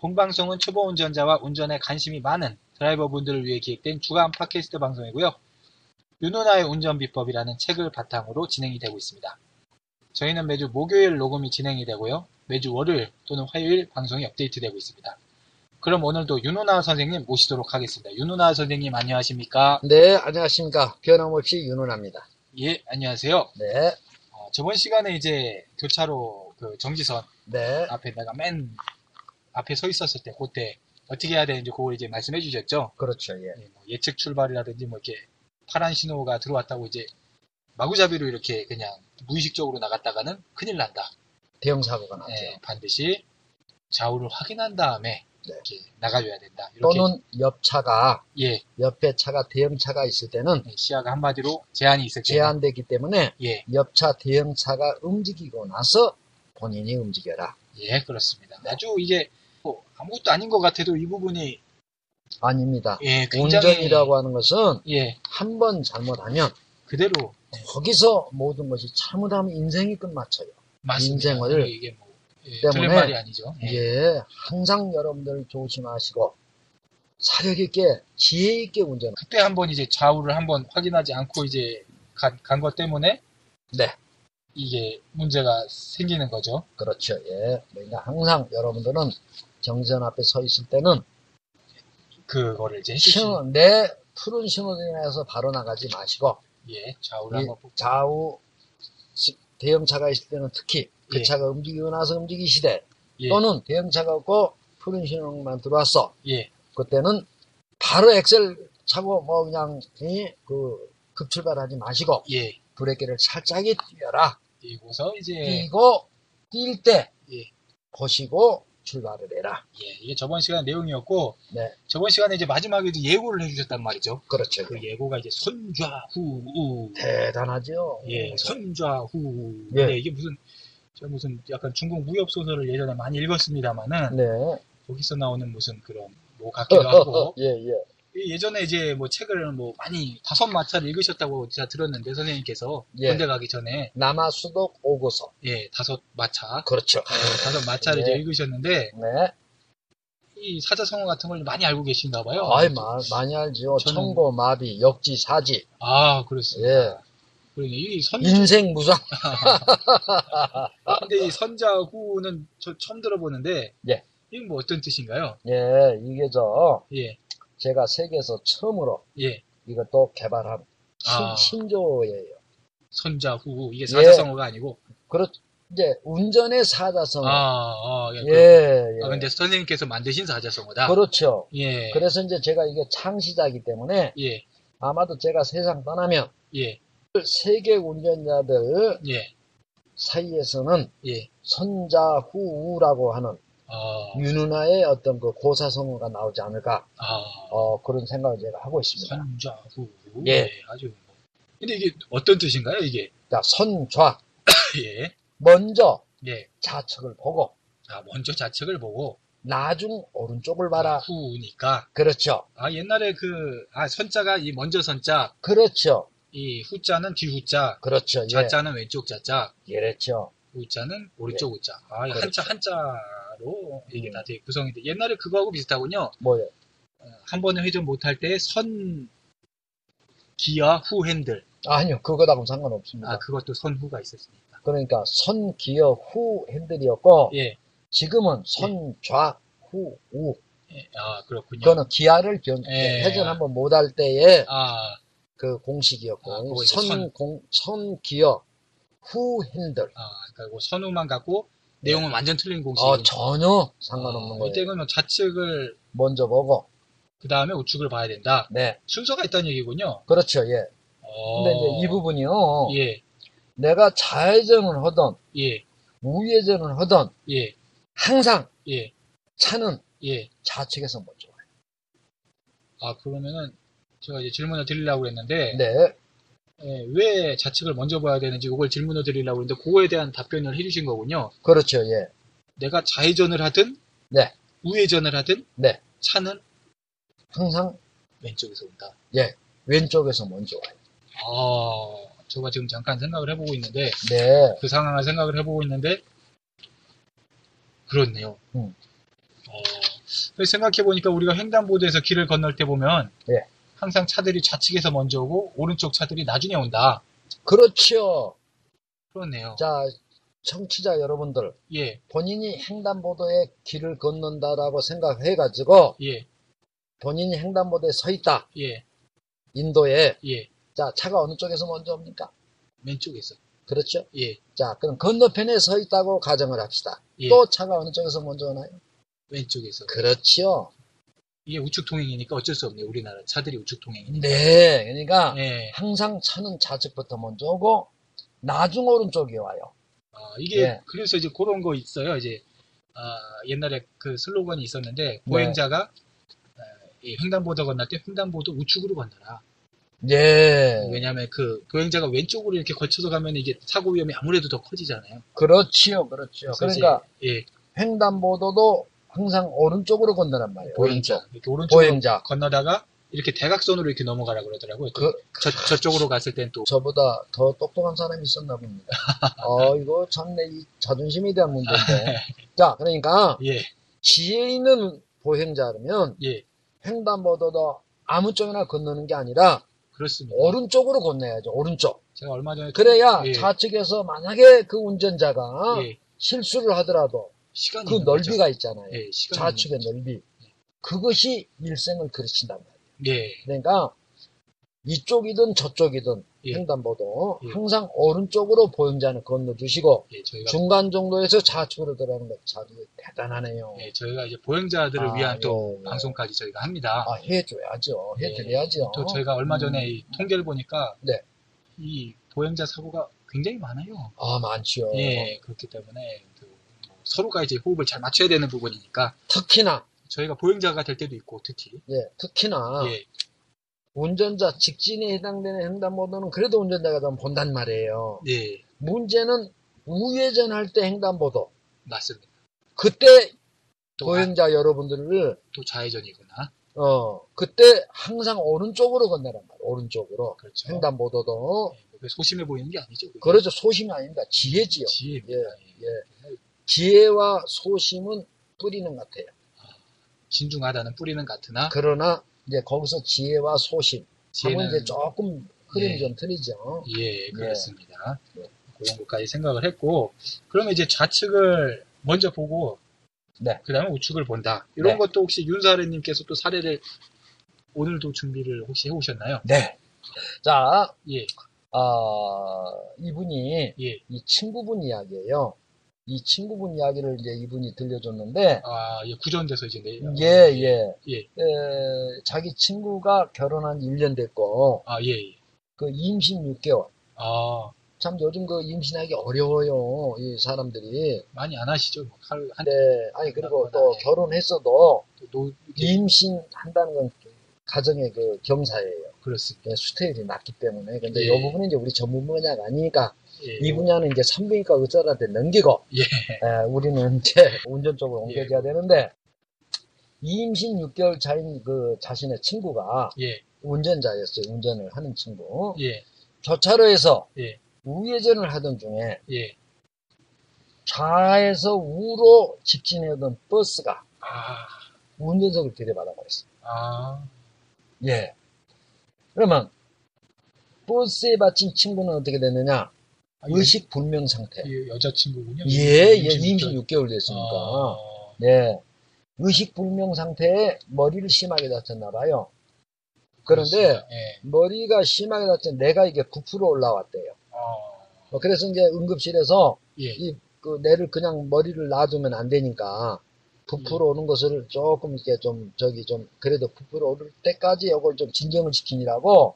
본방송은 초보 운전자와 운전에 관심이 많은 드라이버 분들을 위해 기획된 주간 팟캐스트 방송이고요. 유누나의 운전 비법이라는 책을 바탕으로 진행이 되고 있습니다. 저희는 매주 목요일 녹음이 진행이 되고요. 매주 월요일 또는 화요일 방송이 업데이트되고 있습니다. 그럼 오늘도 유누나 선생님 모시도록 하겠습니다. 유누나 선생님 안녕하십니까? 네, 안녕하십니까. 변함없이 윤은합니다. 예, 안녕하세요. 네, 어, 저번 시간에 이제 교차로 그 정지선 네, 앞에 내가 맨 앞에 서 있었을 때 그때 어떻게 해야 되는지 그걸 이제 말씀해 주셨죠. 그렇죠. 예. 예, 뭐 예측 출발이라든지 뭐 이렇게 파란 신호가 들어왔다고 이제 마구잡이로 이렇게 그냥 무의식적으로 나갔다가는 큰일 난다. 대형 사고가 났죠. 예, 반드시 좌우를 확인한 다음에 네. 이렇게 나가줘야 된다. 이렇게 또는 옆 차가 예, 옆에 차가 대형 차가 있을 때는 예, 시야가 한마디로 제한이 있을 때 제한되기 때문에 예, 옆 차 대형 차가 움직이고 나서 본인이 움직여라. 예, 그렇습니다. 아주 이게 뭐 아무것도 아닌 것 같아도 이 부분이 아닙니다. 예, 굉장히 운전이라고 하는 것은 예, 한 번 잘못하면 그대로 거기서 모든 것이 잘못하면 인생이 끝마쳐요. 맞습니다. 인생을 이게 뭐 예, 때문에 들을 말이 아니죠. 예. 예, 항상 여러분들 조심하시고 사력 있게 지혜 있게 운전. 그때 한번 이제 좌우를 한번 확인하지 않고 이제 간 것 때문에 네. 이게 문제가 생기는 거죠. 그렇죠. 예. 그러니까 항상 여러분들은 정전 앞에 서 있을 때는 그거를 이제 해주시는 신호, 내 푸른 신호등에서 바로 나가지 마시고 예, 좌우를 예. 한번 보- 좌우 시- 대형차가 있을 때는 특히 그 예. 차가 움직이고 나서 움직이시되 예, 또는 대형차가 없고 푸른 신호만 들어왔어. 예, 그때는 바로 엑셀 차고 뭐 그냥 이, 그 급출발하지 마시고 예. 브레이크를 살짝이 뛰어라. 이고서 이제 예. 뛰고 뛸 때 예. 보시고 출발을 해라. 이게 저번 시간 내용이었고 네. 저번 시간에 이제 마지막에 이제 예고를 해주셨단 말이죠. 그렇죠. 그 예고가 이제 선좌후 대단하죠. 예, 선좌후. 예. 네, 이게 무슨 저 무슨 약간 중국 무협 소설을 예전에 많이 읽었습니다만은 네. 거기서 나오는 무슨 그런 뭐 같기도 하고 예, 예. 예, 예전에 이제 뭐 책을 뭐 많이 다섯 마차를 읽으셨다고 제가 들었는데 선생님께서 예. 군대 가기 전에 남아 수독 오고서. 예 다섯 마차 그렇죠. 예, 다섯 마차를 예. 이제 읽으셨는데 네. 이 사자성어 같은 걸 많이 알고 계신가 봐요. 아이, 예. 마, 많이 알지요. 저는- 청고, 마비, 역지, 사지. 아, 그렇습니다. 예. 그러니 이 선, 인생 무상. 근데 이 선자후는 저 처음 들어보는데 아, 예. 이건 뭐 어떤 뜻인가요? 예, 이게 저, 예, 제가 세계에서 처음으로 예. 이것도 개발한 신, 아. 신조어예요. 선자후 예. 이게 사자성어가 아니고 그렇, 이제, 운전의 사자성. 아, 아, 예. 예, 어. 예. 아, 근데 선생님께서 만드신 사자성어다. 그렇죠. 예. 그래서 이제 제가 이게 창시자이기 때문에 예. 아마도 제가 세상 떠나면 예. 세계 운전자들 예. 사이에서는 예. 선자후우라고 하는 아. 윤은아의 어떤 그 고사성어가 나오지 않을까 아. 어, 그런 생각을 제가 하고 있습니다. 선자후. 예. 아주 뭐. 근데 이게 어떤 뜻인가요, 이게? 자, 선좌 예. 먼저 예. 좌측을 보고 아, 먼저 좌측을 보고 나중 오른쪽을 봐라. 후니까. 그렇죠. 아, 옛날에 그 아, 선자가 이 먼저 선자, 그렇죠. 이 후자는 뒤후자, 그렇죠. 예. 좌자는 왼쪽 좌자, 예, 그렇죠. 우자는 오른쪽 우자. 아, 그렇죠. 한자 한자로 이게 음. 다 되게 구성이 돼. 옛날에 그거하고 비슷하군요. 뭐요? 한 번에 회전 못할 때 선 기아 후 핸들 아니요. 그거하고는 상관없습니다. 아 그것도 선후가 있었으니까 그러니까 선 기어 후 핸들이었고 예, 지금은 선좌 후 우. 예, 아 그렇군요 그거는 기아를 변- 예. 회전 한번 못할 때에 아 그 아, 공식이었고 그거 이제 선. 선공 선 기어 who 핸들. 아, 그러니까 뭐 선우만 갖고 내용은 완전 틀린 공식. 어, 전혀 상관없는 어, 이때 거예요. 그러면 좌측을 먼저 보고. 그 다음에 우측을 봐야 된다. 네. 순서가 있다는 얘기군요. 그렇죠. 예. 어, 근데 이제 이 부분이요. 예, 내가 좌회전을 하던 예, 우회전을 하던 예, 항상 예, 차는 예. 좌측에서 먼저 와요. 아 그러면은 제가 이제 질문을 드리려고 그랬는데 네. 예, 왜 좌측을 먼저 봐야 되는지 이걸 질문을 드리려고 했는데 그거에 대한 답변을 해주신 거군요. 그렇죠. 예. 내가 좌회전을 하든 네. 우회전을 하든 네. 차는 항상 예, 왼쪽에서 온다. 왼쪽에서 먼저 와요. 아, 제가 지금 잠깐 생각을 해보고 있는데 네. 그 상황을 생각을 해보고 있는데 그렇네요. 음. 어, 그래서 생각해보니까 우리가 횡단보도에서 길을 건널 때 보면 예. 항상 차들이 좌측에서 먼저 오고 오른쪽 차들이 나중에 온다. 그렇죠. 그렇네요. 자, 청취자 여러분들. 예, 본인이 횡단보도에 길을 걷는다라고 생각해가지고 예, 본인이 횡단보도에 서 있다. 예, 인도에. 예. 자, 차가 어느 쪽에서 먼저 옵니까? 왼쪽에서. 그렇죠? 예, 자, 그럼 건너편에 서 있다고 가정을 합시다. 예. 또 차가 어느 쪽에서 먼저 오나요? 그렇죠. 왼쪽에서. 그렇지요. 이게 우측 통행이니까 어쩔 수 없네요. 우리나라 차들이 우측 통행이니까. 네. 그러니까 예. 항상 차는 좌측부터 먼저 오고 나중 오른쪽이 와요. 아, 이게 예. 그래서 이제 그런 거 있어요. 이제 아, 옛날에 그 슬로건이 네. 있었는데 보행자가 아, 이 횡단보도 건널 때 횡단보도 우측으로 건너라. 네. 왜냐하면 그 보행자가 왼쪽으로 이렇게 걸쳐서 가면 이게 사고 위험이 아무래도 더 커지잖아요. 그렇지요. 그렇지요. 그래서 이제, 그러니까 예, 횡단보도도 항상 오른쪽으로 건너란 말이에요. 보행자 오른쪽. 이렇게 오른쪽으로 보행자. 건너다가 이렇게 대각선으로 이렇게 넘어가라 그러더라고요. 그, 저, 저쪽으로 갔을 땐 또 저보다 더 똑똑한 사람이 있었나 봅니다. 어, 이거 참 내 자존심에 대한 문제인데. 자, 그러니까 예, 지혜 있는 보행자라면 예, 횡단보도도 아무 쪽이나 건너는 게 아니라 그렇습니다. 오른쪽으로 건너야죠. 오른쪽. 제가 얼마 전에 어? 그래야 예. 좌측에서 만약에 그 운전자가 예, 실수를 하더라도 시간이 그 있는 거죠. 넓이가 있잖아요. 예, 시간이 좌측의 넓이. 그것이 일생을 그르친단 말이에요. 있는- 예, 그러니까 이쪽이든 저쪽이든 예. 횡단보도 예. 항상 오른쪽으로 보행자는 건너주시고 예, 저희가 중간 정도에서 좌측으로 들어가는 것 자주 대단하네요. 예, 저희가 이제 보행자들을 아, 위한 또 예, 예. 방송까지 저희가 합니다. 아, 해줘야죠. 예. 해드려야죠. 또 저희가 얼마 전에 음. 이 통계를 보니까 네. 이 보행자 사고가 굉장히 많아요. 아 많죠. 예, 그렇기 때문에 그뭐 서로가 이제 호흡을 잘 맞춰야 되는 부분이니까 특히나 저희가 보행자가 될 때도 있고 특히 예, 특히나 예, 운전자 직진에 해당되는 횡단보도는 그래도 운전자가 좀 본단 말이에요. 예, 문제는 우회전할 때 횡단보도 맞습니다. 그때 또, 보행자 여러분들을 아, 또 좌회전이구나. 어, 그때 항상 오른쪽으로 건너란 말이에요. 오른쪽으로. 그렇죠. 횡단보도도. 예, 그게 소심해 보이는 게 아니죠. 그게. 네. 그러죠. 소심이 아닙니다. 지혜지요. 지혜입니다. 예, 예. 지혜와 소심은 뿌리는 같아요. 진중하다는 뿌리는 같으나 그러나, 이제 거기서 지혜와 소심. 하면 이제 지혜는 조금 흐름이 예. 좀 틀리죠. 예, 그렇습니다. 네. 그런 것까지 생각을 했고, 그러면 이제 좌측을 먼저 보고, 네. 그 다음에 우측을 본다. 이런 네. 것도 혹시 윤사례님께서 또 사례를 오늘도 준비를 혹시 해오셨나요? 네. 자, 예, 아, 이분이, 예. 이 친구분 이야기예요. 이 친구분 이야기를 이제 이분이 들려줬는데, 아, 예, 구전돼서 이제 내, 예, 예. 예. 에, 자기 친구가 결혼한 1년 됐고, 아, 예, 예. 그 임신 6개월. 아, 참 요즘 그 임신하기 어려워요. 이 사람들이. 많이 안 하시죠? 뭐 칼, 한, 네. 아니 그리고 그렇구나. 또 결혼했어도 노, 이게 임신한다는 건 가정의 그 경사예요. 그렇습니다. 예, 수태율이 낮기 때문에. 근데 예. 이 부분은 이제 우리 전문 분야가 아니니까 예, 이 분야는 이제 산부인과 의사한테 넘기고 예. 예, 우리는 이제 운전 쪽으로 예. 옮겨져야 되는데 이 임신 6개월 차인 그 자신의 친구가 예, 운전자였어요. 운전을 하는 친구. 예, 교차로에서 예. 우회전을 하던 중에 예. 좌에서 우로 직진해오던 버스가 아, 운전석을 들이받아버렸어요. 아, 예. 그러면 버스에 받친 친구는 어떻게 됐느냐? 아, 예. 의식 불명 상태. 이 여자친구군요. 예, 예, 임신 26 개월. 6개월 됐으니까. 아, 예. 의식 불명 상태에 머리를 심하게 다쳤나 봐요. 그런데 그렇습니다. 예. 머리가 심하게 다친 내가 이게 9% 올라왔대요. 아, 어, 그래서 이제 응급실에서 예. 그 뇌를 그냥 머리를 놔두면 안 되니까 예. 부풀어 오는 것을 조금 이렇게 좀 저기 좀 그래도 부풀어 오를 때까지 이걸 좀 진정을 시키느라고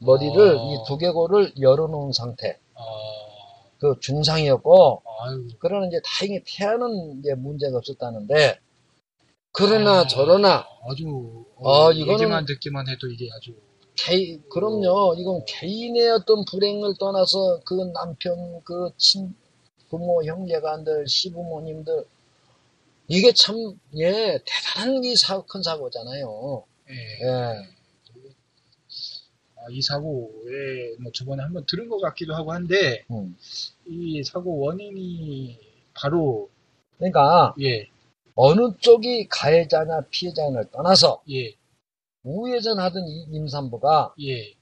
머리를 어. 이 두개골을 열어놓은 상태 어, 그 중상이었고 아유, 그러나 이제 다행히 태아는 이제 문제가 없었다는데 그러나 아. 저러나 아주 어, 어, 이거는- 얘기만 듣기만 해도 이게 아주 개 그럼요 이건 개인의 어떤 불행을 떠나서 그 남편 그 친 부모 형제간들 시부모님들 이게 참 예 대단한 이 사, 큰 사고잖아요 예. 예 아, 이 사고에 뭐 저번에 한번 들은 것 같기도 하고 한데 음. 이 사고 원인이 바로 그러니까 예, 어느 쪽이 가해자냐 피해자냐를 떠나서 예, 우회전하던 이 임산부가 예,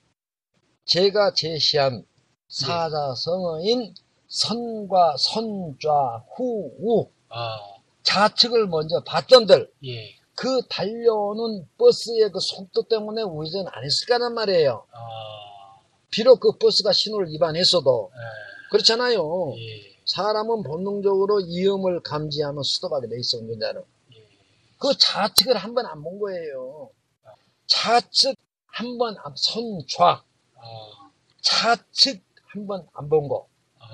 제가 제시한 사자성어인 선과 선좌 후우 아, 좌측을 먼저 봤던들 예, 그 달려오는 버스의 그 속도 때문에 우회전 안 했을 거란 말이에요. 아, 비록 그 버스가 신호를 위반했어도 그렇잖아요. 예, 예, 사람은 본능적으로 이음을 감지하면 수도가게 돼 있어 운전자는. 예, 그 좌측을 한 번 안 본 거예요. 좌측 한 번 안, 선좌 아, 좌측 한 번 안 본 거. 아,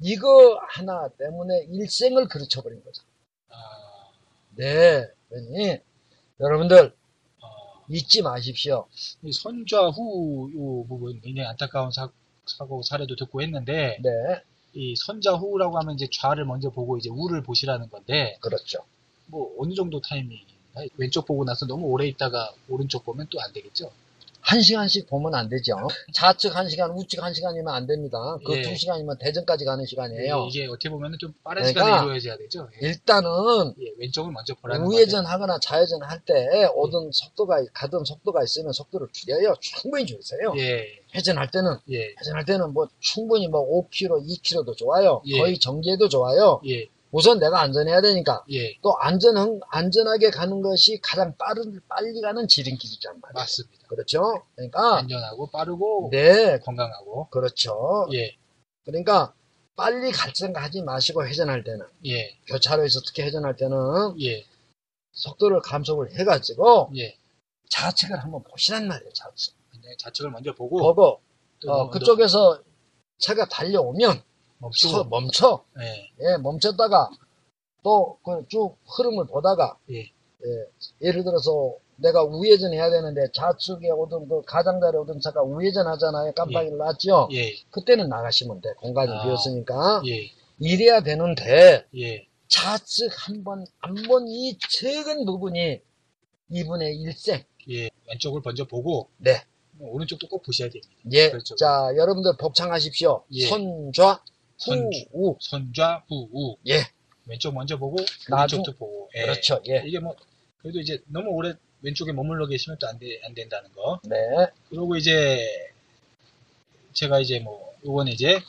이거 하나 때문에 일생을 그르쳐버린 거죠. 아, 네. 그러니 여러분들 아. 잊지 마십시오. 이 선좌 후요 부분 굉장히 안타까운 사, 사고 사례도 듣고 했는데 네. 이 선좌 후라고 하면 이제 좌를 먼저 보고 이제 우를 보시라는 건데 그렇죠. 뭐 어느 정도 타이밍 왼쪽 보고 나서 너무 오래 있다가 오른쪽 보면 또 안 되겠죠? 한 시간씩 보면 안 되죠. 좌측 한 시간, 우측 한 시간이면 안 됩니다. 그 예. 두 시간이면 대전까지 가는 시간이에요. 이게 어떻게 보면 좀 빠른 그러니까- 시간에 이루어져야 되죠. 예. 일단은 예, 왼쪽을 먼저 보라는 거죠. 우회전하거나 좌회전 할 때 오던 속도가 가던 속도가 있으면 속도를 줄여요. 충분히 줄이세요. 예, 회전할 때는 예, 회전할 때는 뭐 충분히 뭐 5km, 2km도 좋아요. 예. 거의 정지해도 좋아요. 예, 우선 내가 안전해야 되니까 예, 또 안전한 안전하게 가는 것이 가장 빠른 빨리 가는 지름길이란 말이에요. 맞습니다. 그렇죠? 그러니까 안전하고 빠르고 네 건강하고 그렇죠. 예, 그러니까 빨리 갈 생각하지 마시고 회전할 때는 예, 교차로에서 특히 회전할 때는 예, 속도를 감속을 해가지고 예. 좌측을 한번 보시란 말이에요. 좌측. 근데 좌측을 먼저 보고 보고 또 어, 너- 그쪽에서 차가 달려오면 너- 멈추고 서- 멈춰. 예, 예, 멈췄다가 또 쭉 흐름을 보다가 예. 예, 를 들어서 내가 우회전 해야 되는데 좌측에 오던 그 가장자리 오던 차가 우회전 하잖아요. 깜빡이를 놨죠. 예, 그때는 나가시면 돼. 공간이 아. 비었으니까 예, 이래야 되는데 예, 좌측 한 번 안 본 이 적은 부분이 2분의 1생. 예. 왼쪽을 먼저 보고 네. 뭐 오른쪽도 꼭 보셔야 됩니다. 예. 그렇죠. 자, 여러분들 복창하십시오. 예. 선좌 선주. 후우. 선좌 후 우. 예. 왼쪽 먼저 보고 나중- 오른쪽도 보고. 예. 그렇죠. 예. 이게 뭐 그래도 이제 너무 오래 왼쪽에 머물러 계시면 또 안 돼, 안 된다는 거. 네. 그리고 이제 제가 이제 뭐 요건 이제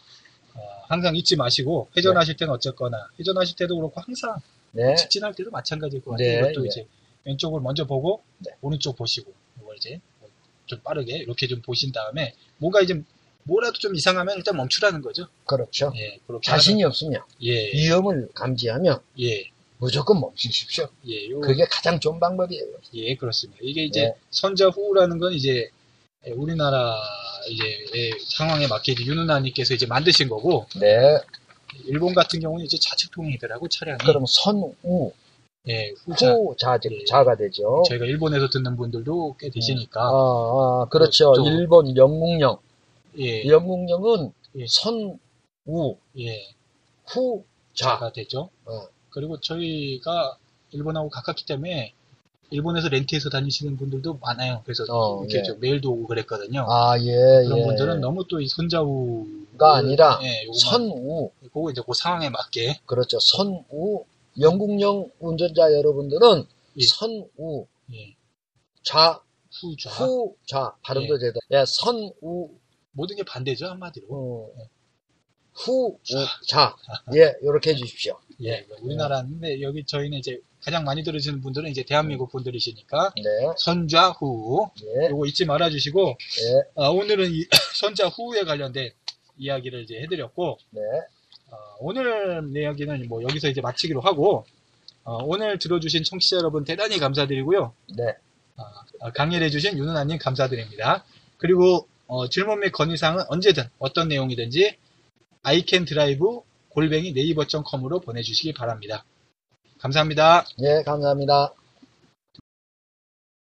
어, 항상 잊지 마시고 회전하실 때는 어쨌거나 회전하실 때도 그렇고 항상 네. 직진할 때도 마찬가지일 것 네, 같아요. 이것도 네. 이제 왼쪽을 먼저 보고 네. 오른쪽 보시고 이걸 이제 뭐 좀 빠르게 이렇게 좀 보신 다음에 뭔가 이제 뭐라도 좀 이상하면 일단 멈추라는 거죠. 그렇죠. 예, 그렇게 자신이 없으면 하는- 예, 위험을 감지하면 예, 무조건 멈추십시오. 예, 요- 그게 가장 좋은 방법이에요. 예, 그렇습니다. 이게 이제 네. 선자 후라는 건 이제 우리나라 이제 예, 상황에 맞게 이제 윤은아님께서 이제 만드신 거고 네. 일본 같은 경우는 이제 좌측 통행이더라고 차량이 그럼 선우, 예, 후자 후, 좌측, 예. 자가 되죠. 저희가 일본에서 듣는 분들도 꽤 아, 되시니까 아, 그렇죠. 그렇죠. 일본 영국령. 아, 예, 영국령은 예. 선우, 예, 후, 좌. 자가 되죠. 어. 그리고 저희가 일본하고 가깝기 때문에 일본에서 렌트해서 다니시는 분들도 많아요. 그래서 어, 이렇게 예. 좀 메일도 오고 그랬거든요. 아, 예, 그런 예. 분들은 너무 또 이 선자우가 가 아니라 예, 요거만 선우, 그거 이제 그 상황에 맞게 그렇죠. 선우. 영국령 운전자 여러분들은 예. 선우, 예, 좌, 후좌 후, 좌. 발음도 제대로. 예, 선우, 모든 게 반대죠 한마디로. 어, 예. 후, 우, 좌. 예, 요렇게 해주십시오. 예, 우리나라인데 여기 저희는 이제 가장 많이 들으시는 분들은 이제 대한민국 분들이시니까 네, 선좌 후 예, 네. 요거 잊지 말아주시고 어, 예. 아, 오늘은 이 선자 후에 관련된 이야기를 이제 해드렸고 네. 어, 오늘 이야기는 뭐 여기서 이제 마치기로 하고 어, 오늘 들어주신 청취자 여러분 대단히 감사드리고요. 네. 어, 강의해주신 윤은아님 감사드립니다. 그리고 어, 질문 및 건의사항은 언제든 어떤 내용이든지 iCanDrive 골뱅이 네이버.com으로 보내주시기 바랍니다. 감사합니다. 예, 감사합니다.